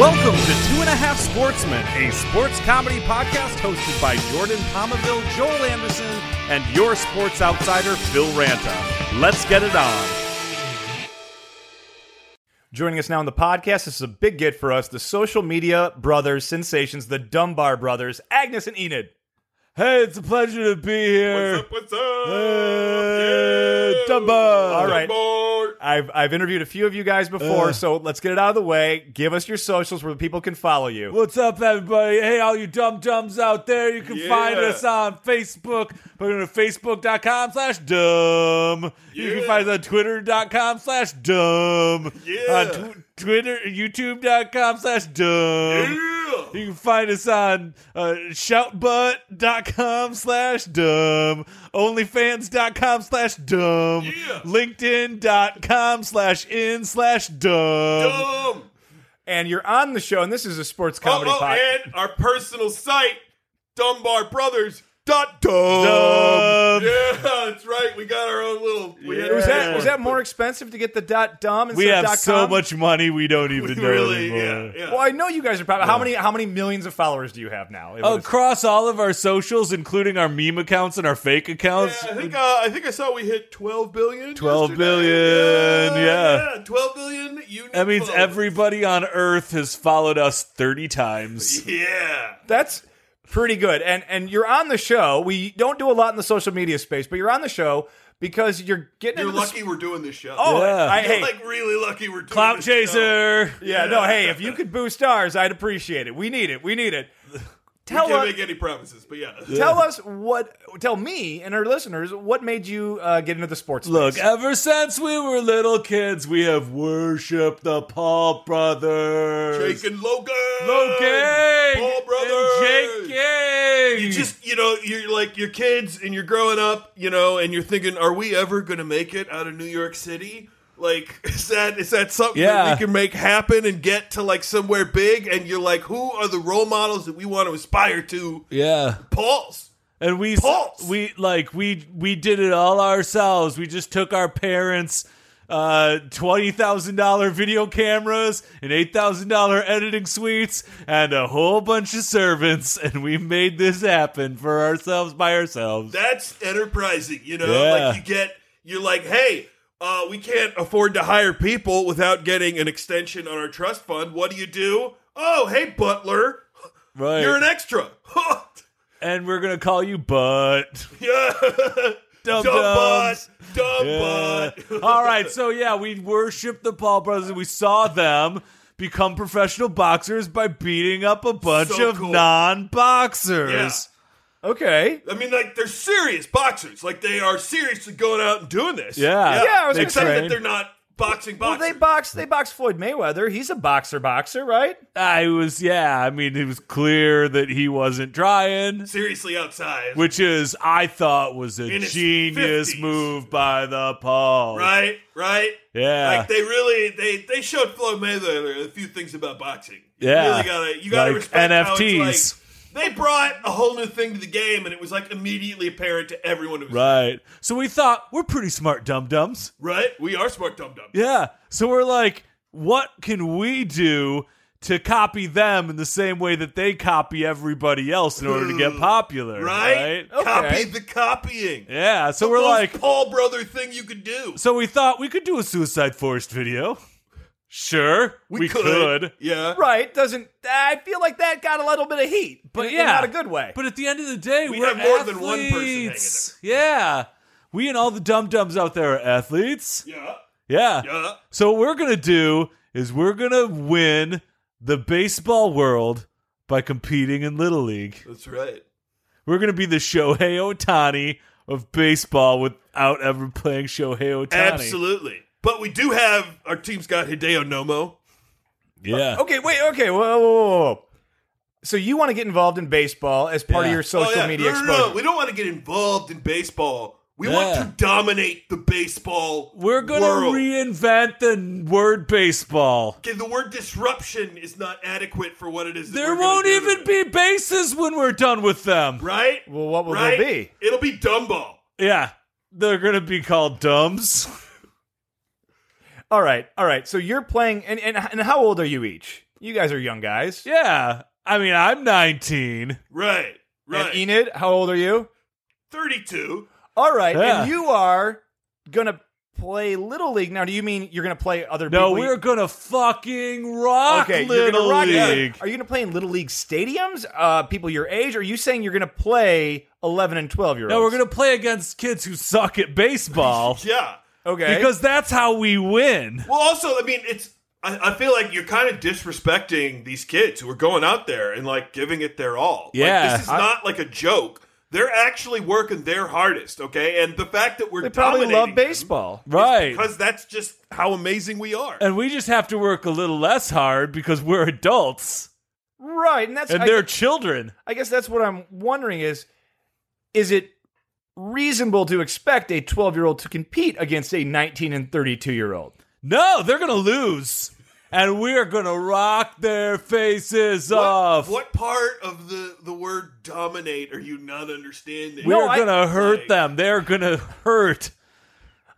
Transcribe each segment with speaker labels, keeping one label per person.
Speaker 1: Welcome to Two and a Half Sportsmen, a sports comedy podcast hosted by Jordan Palmaville, Joel Anderson, and your sports outsider, Phil Ranta. Let's get it on.
Speaker 2: Joining us now on the podcast, this is a big get for us, the social media brothers, sensations, the Dunbar brothers, Agnes and Enid. Hey, it's a pleasure to be here.
Speaker 1: what's up?
Speaker 2: All right. I've, I've interviewed a few of you guys before, so let's get it out of the way. Give us your socials where people can follow you.
Speaker 3: What's up, everybody? Hey, all you dumb dumbs out there, you can find
Speaker 1: Yeah.
Speaker 3: us on Facebook by going to facebook.com slash dumb. You can find us on twitter.com slash dumb.
Speaker 1: Yeah.
Speaker 3: On tw- Twitter, youtube.com slash dumb. You can find us on uh, shoutbutt.com slash dumb, onlyfans.com slash dumb, linkedin.com slash in slash dumb.
Speaker 2: And you're on the show, and this is a sports comedy
Speaker 4: oh,
Speaker 2: podcast.
Speaker 4: and our personal site, Dunbar Brothers. Dot
Speaker 3: Dumb.
Speaker 4: Yeah, that's right. We got our own little. We had
Speaker 2: Was
Speaker 4: our
Speaker 2: that,
Speaker 4: own
Speaker 2: was
Speaker 4: one.
Speaker 2: that more expensive to get the dot dumb instead
Speaker 3: We
Speaker 2: of
Speaker 3: have
Speaker 2: dot
Speaker 3: so
Speaker 2: com?
Speaker 3: much money we don't even know
Speaker 4: really? Yeah,
Speaker 3: anymore.
Speaker 4: yeah.
Speaker 2: Well, I know you guys are probably how many how many millions of followers do you have now? It was-
Speaker 3: Across all of our socials, including our meme accounts and our fake accounts,
Speaker 4: Yeah, I think uh, I think I saw we hit 12 billion.
Speaker 3: 12
Speaker 4: yesterday.
Speaker 3: billion, yeah.
Speaker 4: 12 billion unique.
Speaker 3: that means
Speaker 4: followers.
Speaker 3: everybody on Earth has followed us 30 times.
Speaker 4: Yeah.
Speaker 2: That's pretty good. And and you're on the show. We don't do a lot in the social media space, but you're on the show because you're getting
Speaker 4: You're
Speaker 2: into the
Speaker 4: lucky we're doing this show.
Speaker 2: Oh,
Speaker 3: Yeah.
Speaker 2: I,
Speaker 4: You're
Speaker 2: hey,
Speaker 4: like really lucky we're doing
Speaker 3: Clout
Speaker 4: this show.
Speaker 3: chaser.
Speaker 2: yeah, no, hey, if you could boost ours, I'd appreciate it. We need it. We need it.
Speaker 4: We
Speaker 2: Tell
Speaker 4: can't
Speaker 2: us,
Speaker 4: make any promises, but yeah.
Speaker 2: tell us what. Tell me and our listeners what made you uh, get into the sports.
Speaker 3: Look,
Speaker 2: space?
Speaker 3: ever since we were little kids, we have worshipped the Paul brothers.
Speaker 4: Jake and Logan.
Speaker 3: Logan
Speaker 4: Paul
Speaker 3: and
Speaker 4: Brothers.
Speaker 3: Jake Yang.
Speaker 4: You just, you know, you're like your kids and you're growing up, you know, and you're thinking, are we ever going to make it out of New York City? Like, is that is that something
Speaker 3: Yeah.
Speaker 4: that we can make happen and get to like somewhere big? And you're like, who are the role models that we want to aspire to?
Speaker 3: yeah.
Speaker 4: Paul's.
Speaker 3: and we
Speaker 4: Pulse.
Speaker 3: we like we we did it all ourselves. We just took our parents uh twenty thousand dollar video cameras and eight thousand dollar editing suites and a whole bunch of servants and we made this happen for ourselves by ourselves.
Speaker 4: That's enterprising, you know?
Speaker 3: Yeah.
Speaker 4: Like you get you're like, hey, uh, we can't afford to hire people without getting an extension on our trust fund. What do you do? Oh, hey butler,
Speaker 3: right.
Speaker 4: you're an extra.
Speaker 3: and we're gonna call you butt.
Speaker 4: Yeah.
Speaker 3: Dumb
Speaker 4: Dumb,
Speaker 3: dumbs.
Speaker 4: butt. Dumb
Speaker 3: Yeah.
Speaker 4: butt.
Speaker 3: All right, so yeah, we worship the Paul brothers and we saw them become professional boxers by beating up a bunch
Speaker 4: So
Speaker 3: of
Speaker 4: cool.
Speaker 3: non-boxers.
Speaker 4: Yeah.
Speaker 2: okay,
Speaker 4: I mean, like, they're serious boxers. Like, they are seriously going out and doing this.
Speaker 3: Yeah.
Speaker 2: Yeah, I was
Speaker 4: They
Speaker 2: gonna
Speaker 4: say
Speaker 2: say-
Speaker 4: that they're not boxing
Speaker 2: well
Speaker 4: boxers.
Speaker 2: they box they box Floyd Mayweather. He's a boxer boxer, right?
Speaker 3: I was, yeah. I mean, it was clear that he wasn't trying,
Speaker 4: seriously outside.
Speaker 3: which is, I thought, was a
Speaker 4: In his
Speaker 3: genius
Speaker 4: 50s.
Speaker 3: move by the Paul.
Speaker 4: right? Right?
Speaker 3: Yeah.
Speaker 4: Like, they really, they they showed Floyd Mayweather a few things about boxing. You
Speaker 3: Yeah.
Speaker 4: really gotta, you gotta
Speaker 3: Like
Speaker 4: respect how it's
Speaker 3: NFTs.
Speaker 4: like- they brought a whole new thing to the game, and it was, like, immediately apparent to everyone who was
Speaker 3: Right. So we thought we're pretty smart, dum dums.
Speaker 4: Right? We are smart dum dum.
Speaker 3: Yeah. So we're like, what can we do to copy them in the same way that they copy everybody else in order to get popular?
Speaker 4: Right?
Speaker 2: Okay.
Speaker 4: Copy the copying.
Speaker 3: Yeah. So we're
Speaker 4: most
Speaker 3: like,
Speaker 4: Paul brother thing you could do.
Speaker 3: so we thought we could do a Suicide Forest video. Sure, we, could.
Speaker 4: Yeah.
Speaker 2: Right? Doesn't I feel like that got a little bit of heat,
Speaker 3: But
Speaker 2: in-
Speaker 3: yeah,
Speaker 2: in not a good way.
Speaker 3: But at the end of the day, we are
Speaker 4: have more than one person hanging
Speaker 3: athletes. Yeah, we and all the dum dums out there are athletes.
Speaker 4: Yeah.
Speaker 3: Yeah.
Speaker 4: Yeah.
Speaker 3: So what we're gonna do is we're gonna win the baseball world by competing in Little League.
Speaker 4: That's right.
Speaker 3: We're gonna be the Shohei Otani of baseball without ever playing Shohei Otani.
Speaker 4: Absolutely. But we do have our team's got Hideo Nomo.
Speaker 3: Yeah.
Speaker 4: Oh,
Speaker 2: Okay, wait, okay, whoa, whoa, whoa, whoa. So you want to get involved in baseball as part of
Speaker 3: Yeah.
Speaker 2: your social
Speaker 4: Oh, yeah.
Speaker 2: media
Speaker 4: no, no, no,
Speaker 2: exposure?
Speaker 4: We don't want to get involved in baseball. We want
Speaker 3: Yeah.
Speaker 4: to dominate the baseball.
Speaker 3: We're gonna
Speaker 4: world.
Speaker 3: reinvent the word baseball.
Speaker 4: Okay, the word disruption is not adequate for what it is. That
Speaker 3: There
Speaker 4: we're gonna
Speaker 3: won't
Speaker 4: do
Speaker 3: even
Speaker 4: to
Speaker 3: be bases when we're done with them.
Speaker 4: it. right.
Speaker 2: Well, what will
Speaker 4: right?
Speaker 2: there be?
Speaker 4: It'll be Dumbo.
Speaker 3: Yeah. They're going to be called dumbs.
Speaker 2: All right, all right. So you're playing, and, and and how old are you each? You guys are young guys.
Speaker 3: Yeah. I mean, I'm 19.
Speaker 4: Right. Right.
Speaker 2: And Enid, how old are you?
Speaker 4: 32.
Speaker 2: All right.
Speaker 3: Yeah.
Speaker 2: And you are going to play Little League. Now, do you mean you're going to play other
Speaker 3: No,
Speaker 2: people?
Speaker 3: we're gonna fucking rock
Speaker 2: Okay, you're
Speaker 3: Little
Speaker 2: gonna rock it.
Speaker 3: League.
Speaker 2: Are you going to play in little league stadiums? Uh, people your age? Or are you saying you're going to play eleven and twelve year olds?
Speaker 3: No, we're gonna play against kids who suck at baseball
Speaker 4: Yeah.
Speaker 2: okay
Speaker 3: because that's how we win.
Speaker 4: Well, also, I mean, it's. I, I feel like you're kind of disrespecting these kids who are going out there and like giving it their all.
Speaker 3: Yeah,
Speaker 4: Like, this is
Speaker 3: I-
Speaker 4: not like a joke. They're actually working their hardest, okay? And the fact that we're
Speaker 2: they probably love
Speaker 4: dominating them
Speaker 2: baseball.
Speaker 3: Right.
Speaker 4: because that's just how amazing we are.
Speaker 3: And we just have to work a little less hard because we're adults
Speaker 2: Right, and that's
Speaker 3: and
Speaker 2: I,
Speaker 3: they're children.
Speaker 2: I guess that's what I'm wondering is is it reasonable to expect a twelve year old to compete against a nineteen and thirty two year old?
Speaker 3: No, they're gonna lose. And we're gonna rock their faces
Speaker 4: what,
Speaker 3: off.
Speaker 4: what part of the the word dominate are you not understanding?
Speaker 3: We're
Speaker 2: No, I-
Speaker 3: gonna hurt
Speaker 4: Like-
Speaker 3: them. They're gonna hurt.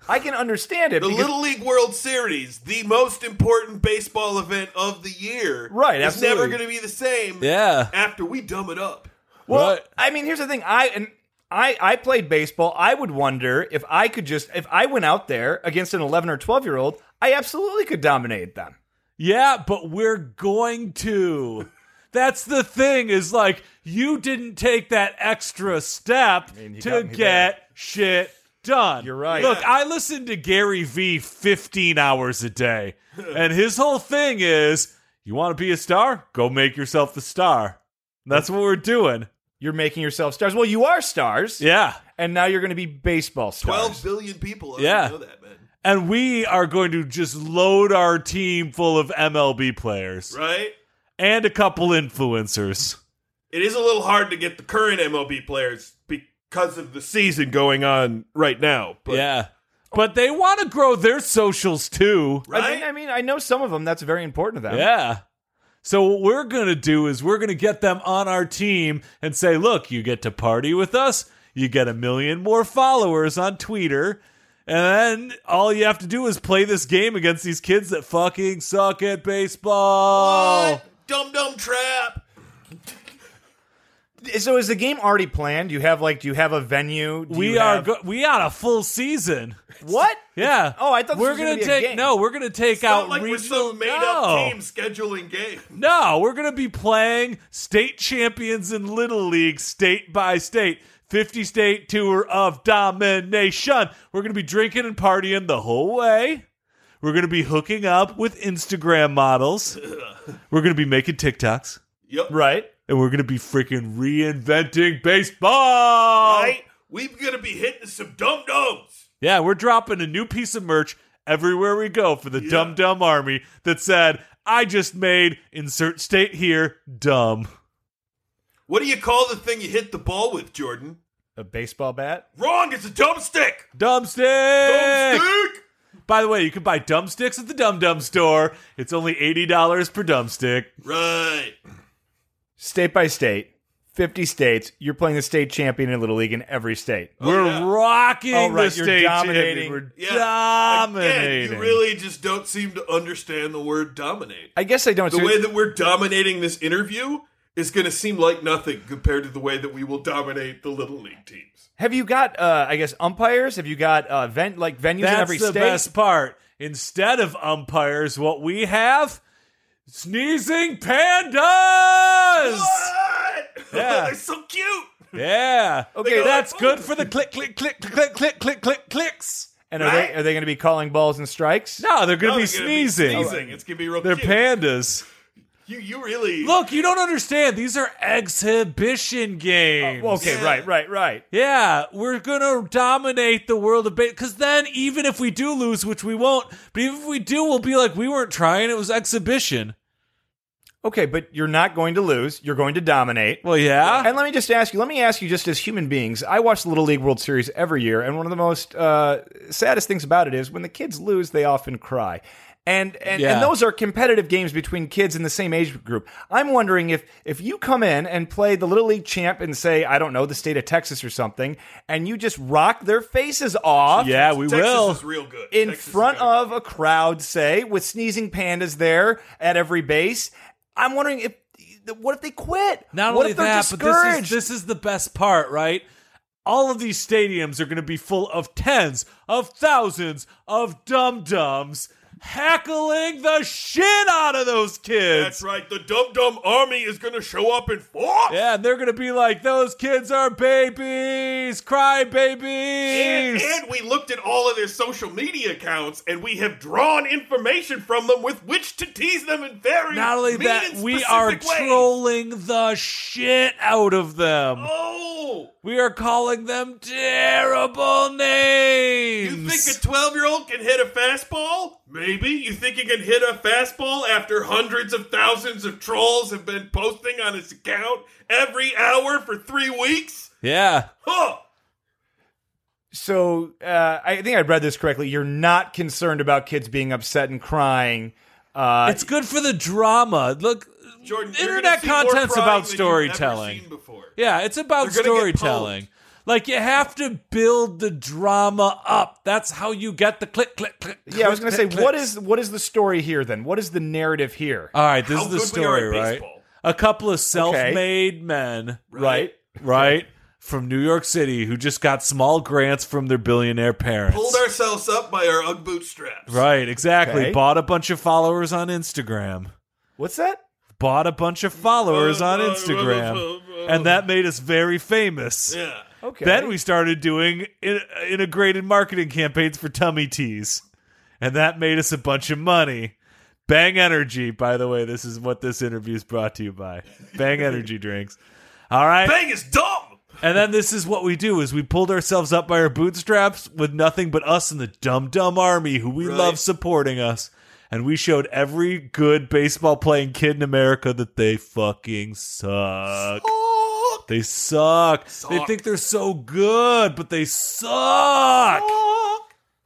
Speaker 2: I can understand it.
Speaker 4: The
Speaker 2: because-
Speaker 4: Little League World Series, the most important baseball event of the year,
Speaker 2: Right,
Speaker 4: is
Speaker 2: absolutely.
Speaker 4: never going to be the same.
Speaker 3: Yeah.
Speaker 4: after we dumb it up.
Speaker 2: Well,
Speaker 3: Right.
Speaker 2: I mean, here's the thing. I and I I played baseball. I would wonder if I could just if I went out there against an 11 or 12 year old, I absolutely could dominate them.
Speaker 3: Yeah, but we're going to. That's the thing is like you didn't take that extra step
Speaker 2: mean, you
Speaker 3: to
Speaker 2: got me
Speaker 3: get
Speaker 2: there.
Speaker 3: shit done.
Speaker 2: You're right.
Speaker 3: Look,
Speaker 4: Yeah.
Speaker 3: I listen to Gary Vee 15 hours a day. and his whole thing is you want to be a star? Go make yourself the star. And That's what we're doing.
Speaker 2: You're making yourself stars. Well, you are stars,
Speaker 3: Yeah.
Speaker 2: and now you're going to be baseball stars.
Speaker 4: Twelve billion people. I don't
Speaker 3: Yeah.
Speaker 4: know that, man.
Speaker 3: And we are going to just load our team full of MLB players
Speaker 4: Right?
Speaker 3: and a couple influencers.
Speaker 4: It is a little hard to get the current MLB players because of the season going on right now. But
Speaker 3: yeah. But they want to grow their socials too.
Speaker 4: right?
Speaker 2: I mean, I mean, I know some of them. That's very important to them.
Speaker 3: Yeah. So what we're going to do is we're going to get them on our team and say, "Look, you get to party with us. You get a million more followers on Twitter." And then all you have to do is play this game against these kids that fucking suck at baseball.
Speaker 4: What? Oh. Dumb dumb trap.
Speaker 2: So, is the game already planned? Do you have like, do you have a venue? Do
Speaker 3: We
Speaker 2: you
Speaker 3: are
Speaker 2: have-
Speaker 3: go- we on a full season.
Speaker 2: what?
Speaker 3: Yeah.
Speaker 2: Oh, I thought this
Speaker 3: we're
Speaker 2: was
Speaker 3: gonna,
Speaker 2: gonna be a
Speaker 3: take
Speaker 2: game.
Speaker 3: no. We're gonna take out
Speaker 4: Not like we're
Speaker 3: regional.
Speaker 4: some made
Speaker 3: no.
Speaker 4: up team scheduling game.
Speaker 3: No, we're going to be playing state champions in Little League, state by state. 50 state tour of domination. We're going to be drinking and partying the whole way. We're going to be hooking up with Instagram models. We're going to be making TikToks.
Speaker 4: Yep.
Speaker 2: Right.
Speaker 3: And we're going to be freaking reinventing baseball.
Speaker 4: Right? We're gonna be hitting some dumb dumbs.
Speaker 3: Yeah, we're dropping a new piece of merch everywhere we go for the Dumb Dumb Army that said, I just made insert state here dumb.
Speaker 4: What do you call the thing you hit the ball with, Jordan?
Speaker 2: A baseball bat.
Speaker 4: Wrong. It's a dumb stick.
Speaker 3: Dumbstick!
Speaker 4: Dumb stick.
Speaker 3: By the way, you can buy dumbsticks at the Dum Dum store. It's only eighty dollars per dumbstick.
Speaker 4: Right.
Speaker 2: State by state, 50 states. You're playing the state champion in Little League in every state.
Speaker 3: We're
Speaker 4: Oh, yeah.
Speaker 3: rocking
Speaker 2: Oh, right,
Speaker 3: the
Speaker 2: you're
Speaker 3: state
Speaker 2: dominating.
Speaker 3: champion. We're
Speaker 4: Yeah.
Speaker 3: dominating.
Speaker 4: Again, you really just don't seem to understand the word dominate.
Speaker 2: I guess I don't.
Speaker 4: The
Speaker 2: so-
Speaker 4: way that we're dominating this interview is going to seem like nothing compared to the way that we will dominate the little league teams.
Speaker 2: Have you got, uh, I guess, umpires? Have you got uh, ven- like venues
Speaker 3: That's
Speaker 2: in every
Speaker 3: the
Speaker 2: state?
Speaker 3: best part. Instead of umpires, what we have sneezing pandas.
Speaker 4: What?
Speaker 3: Yeah.
Speaker 4: They're so cute.
Speaker 3: Yeah.
Speaker 2: Okay.
Speaker 4: They go
Speaker 3: That's
Speaker 4: like,
Speaker 3: good
Speaker 4: "Oh."
Speaker 3: for the click, click, click, click, click, click, click, clicks.
Speaker 2: And are they are they going to be calling balls and strikes?
Speaker 3: No, they're gonna
Speaker 4: No,
Speaker 3: be
Speaker 4: they're gonna be
Speaker 3: sneezing.
Speaker 4: sneezing. It's going to be real
Speaker 3: They're
Speaker 4: cute.
Speaker 3: pandas.
Speaker 4: you, you really.
Speaker 3: Look, you don't understand. These are exhibition games.
Speaker 2: Well, okay,
Speaker 4: Yeah.
Speaker 2: right, right, right.
Speaker 3: Yeah, we're gonna dominate the world of baseball. Because then, even if we do lose, which we won't, but even if we do, we'll be like, we weren't trying. It was exhibition.
Speaker 2: Okay, but you're not going to lose. You're going to dominate.
Speaker 3: Well, yeah,
Speaker 2: and let me just ask you. Let me ask you, just as human beings, I watch the Little League World Series every year, and one of the most uh, saddest things about it is when the kids lose, they often cry. And and,
Speaker 3: Yeah.
Speaker 2: and those are competitive games between kids in the same age group. I'm wondering if if you come in and play the Little League champ and say I don't know the state of Texas or something, and you just rock their faces off,
Speaker 3: yeah, we
Speaker 4: Texas
Speaker 3: will.
Speaker 4: is real good.
Speaker 2: in
Speaker 4: Texas is
Speaker 2: front
Speaker 4: gonna-
Speaker 2: of a crowd, say, with sneezing pandas there at every base, I'm wondering if what if they quit?
Speaker 3: Not
Speaker 2: what
Speaker 3: only
Speaker 2: if they're
Speaker 3: that,
Speaker 2: discouraged?
Speaker 3: but this is this is the best part, right? All of these stadiums are going to be full of tens of thousands of dum dums hackling the shit out of those kids.
Speaker 4: That's right. The Dum Dum Army is going to show up in force.
Speaker 3: Yeah, and they're going to be like, "Those kids are babies, cry
Speaker 4: And,
Speaker 3: babies."
Speaker 4: and we looked at all of their social media accounts, and we have drawn information from them with which to tease them in very
Speaker 3: Not only
Speaker 4: mean
Speaker 3: that,
Speaker 4: and
Speaker 3: we
Speaker 4: specific
Speaker 3: are
Speaker 4: ways.
Speaker 3: trolling the shit out of them.
Speaker 4: Oh,
Speaker 3: We are calling them terrible names.
Speaker 4: you think a twelve-year-old can hit a fastball? Maybe you think he can hit a fastball after hundreds of thousands of trolls have been posting on his account every hour for three weeks?
Speaker 3: yeah.
Speaker 4: Huh?
Speaker 2: so uh, I think I read this correctly. You're not concerned about kids being upset and crying. Uh,
Speaker 3: It's good for the drama. Look,
Speaker 4: Jordan, you're gonna
Speaker 3: internet
Speaker 4: see more
Speaker 3: content's
Speaker 4: crying
Speaker 3: about
Speaker 4: than you've ever
Speaker 3: storytelling.
Speaker 4: seen before.
Speaker 3: Yeah, it's about
Speaker 4: They're gonna get
Speaker 3: storytelling. Like you have to build the drama up. That's how you get the click, click, click.
Speaker 2: yeah, I was going to say, what
Speaker 3: is?
Speaker 2: is what is the story here then? What is the narrative here?
Speaker 3: All right, this
Speaker 4: How
Speaker 3: is the
Speaker 4: good we are
Speaker 3: story,
Speaker 4: at
Speaker 3: right?
Speaker 4: baseball.
Speaker 3: A couple of self-made men,
Speaker 2: right?
Speaker 3: right, from New York City who just got small grants from their billionaire parents.
Speaker 4: Pulled ourselves up by our Ugg bootstraps.
Speaker 3: right, exactly.
Speaker 2: Okay.
Speaker 3: Bought a bunch of followers on Instagram.
Speaker 2: What's that?
Speaker 3: Bought a bunch of followers on
Speaker 4: Uh, uh,
Speaker 3: Instagram,
Speaker 4: uh, uh,
Speaker 3: and that made us very famous.
Speaker 4: Yeah.
Speaker 2: Okay.
Speaker 3: Then we started doing in- integrated marketing campaigns for tummy teas, and that made us a bunch of money. Bang Energy, by the way, this is what this interview is brought to you by. Bang Energy drinks. All right,
Speaker 4: Bang is dumb.
Speaker 3: and then this is what we do: is we pulled ourselves up by our bootstraps with nothing but us and the dumb dumb army who we
Speaker 4: Right.
Speaker 3: love supporting us, and we showed every good baseball playing kid in America that they fucking suck.
Speaker 4: Oh,
Speaker 3: They suck. They
Speaker 4: Suck.
Speaker 3: think they're so good, but they suck.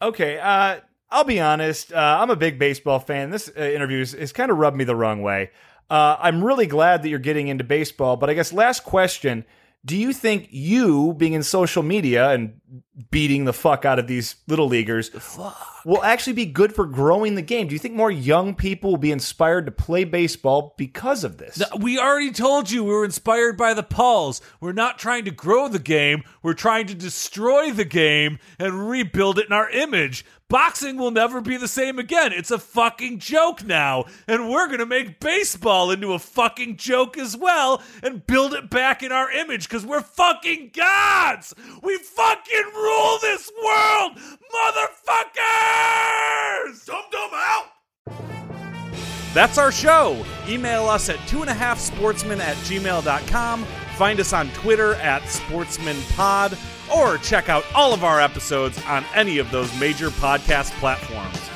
Speaker 2: Okay, uh, I'll be honest. Uh, I'm a big baseball fan. This uh, interview has, has kind of rubbed me the wrong way. Uh, I'm really glad that you're getting into baseball, but I guess last question: Do you think you being in social media and beating the fuck out of these little leaguers will actually be good for growing the game? Do you think more young people will be inspired to play baseball because of this?
Speaker 3: We already told you we were inspired by the Pauls. We're not trying to grow the game, we're trying to destroy the game and rebuild it in our image. Boxing will never be the same again. It's a fucking joke now. And we're going to make baseball into a fucking joke as well and build it back in our image because we're fucking gods. We fucking rule this world, motherfuckers!
Speaker 4: dumb dumb out.
Speaker 1: That's our show. Email us at two and a half sportsmen at gmail.com. Find us on Twitter at sportsmanpod or check out all of our episodes on any of those major podcast platforms.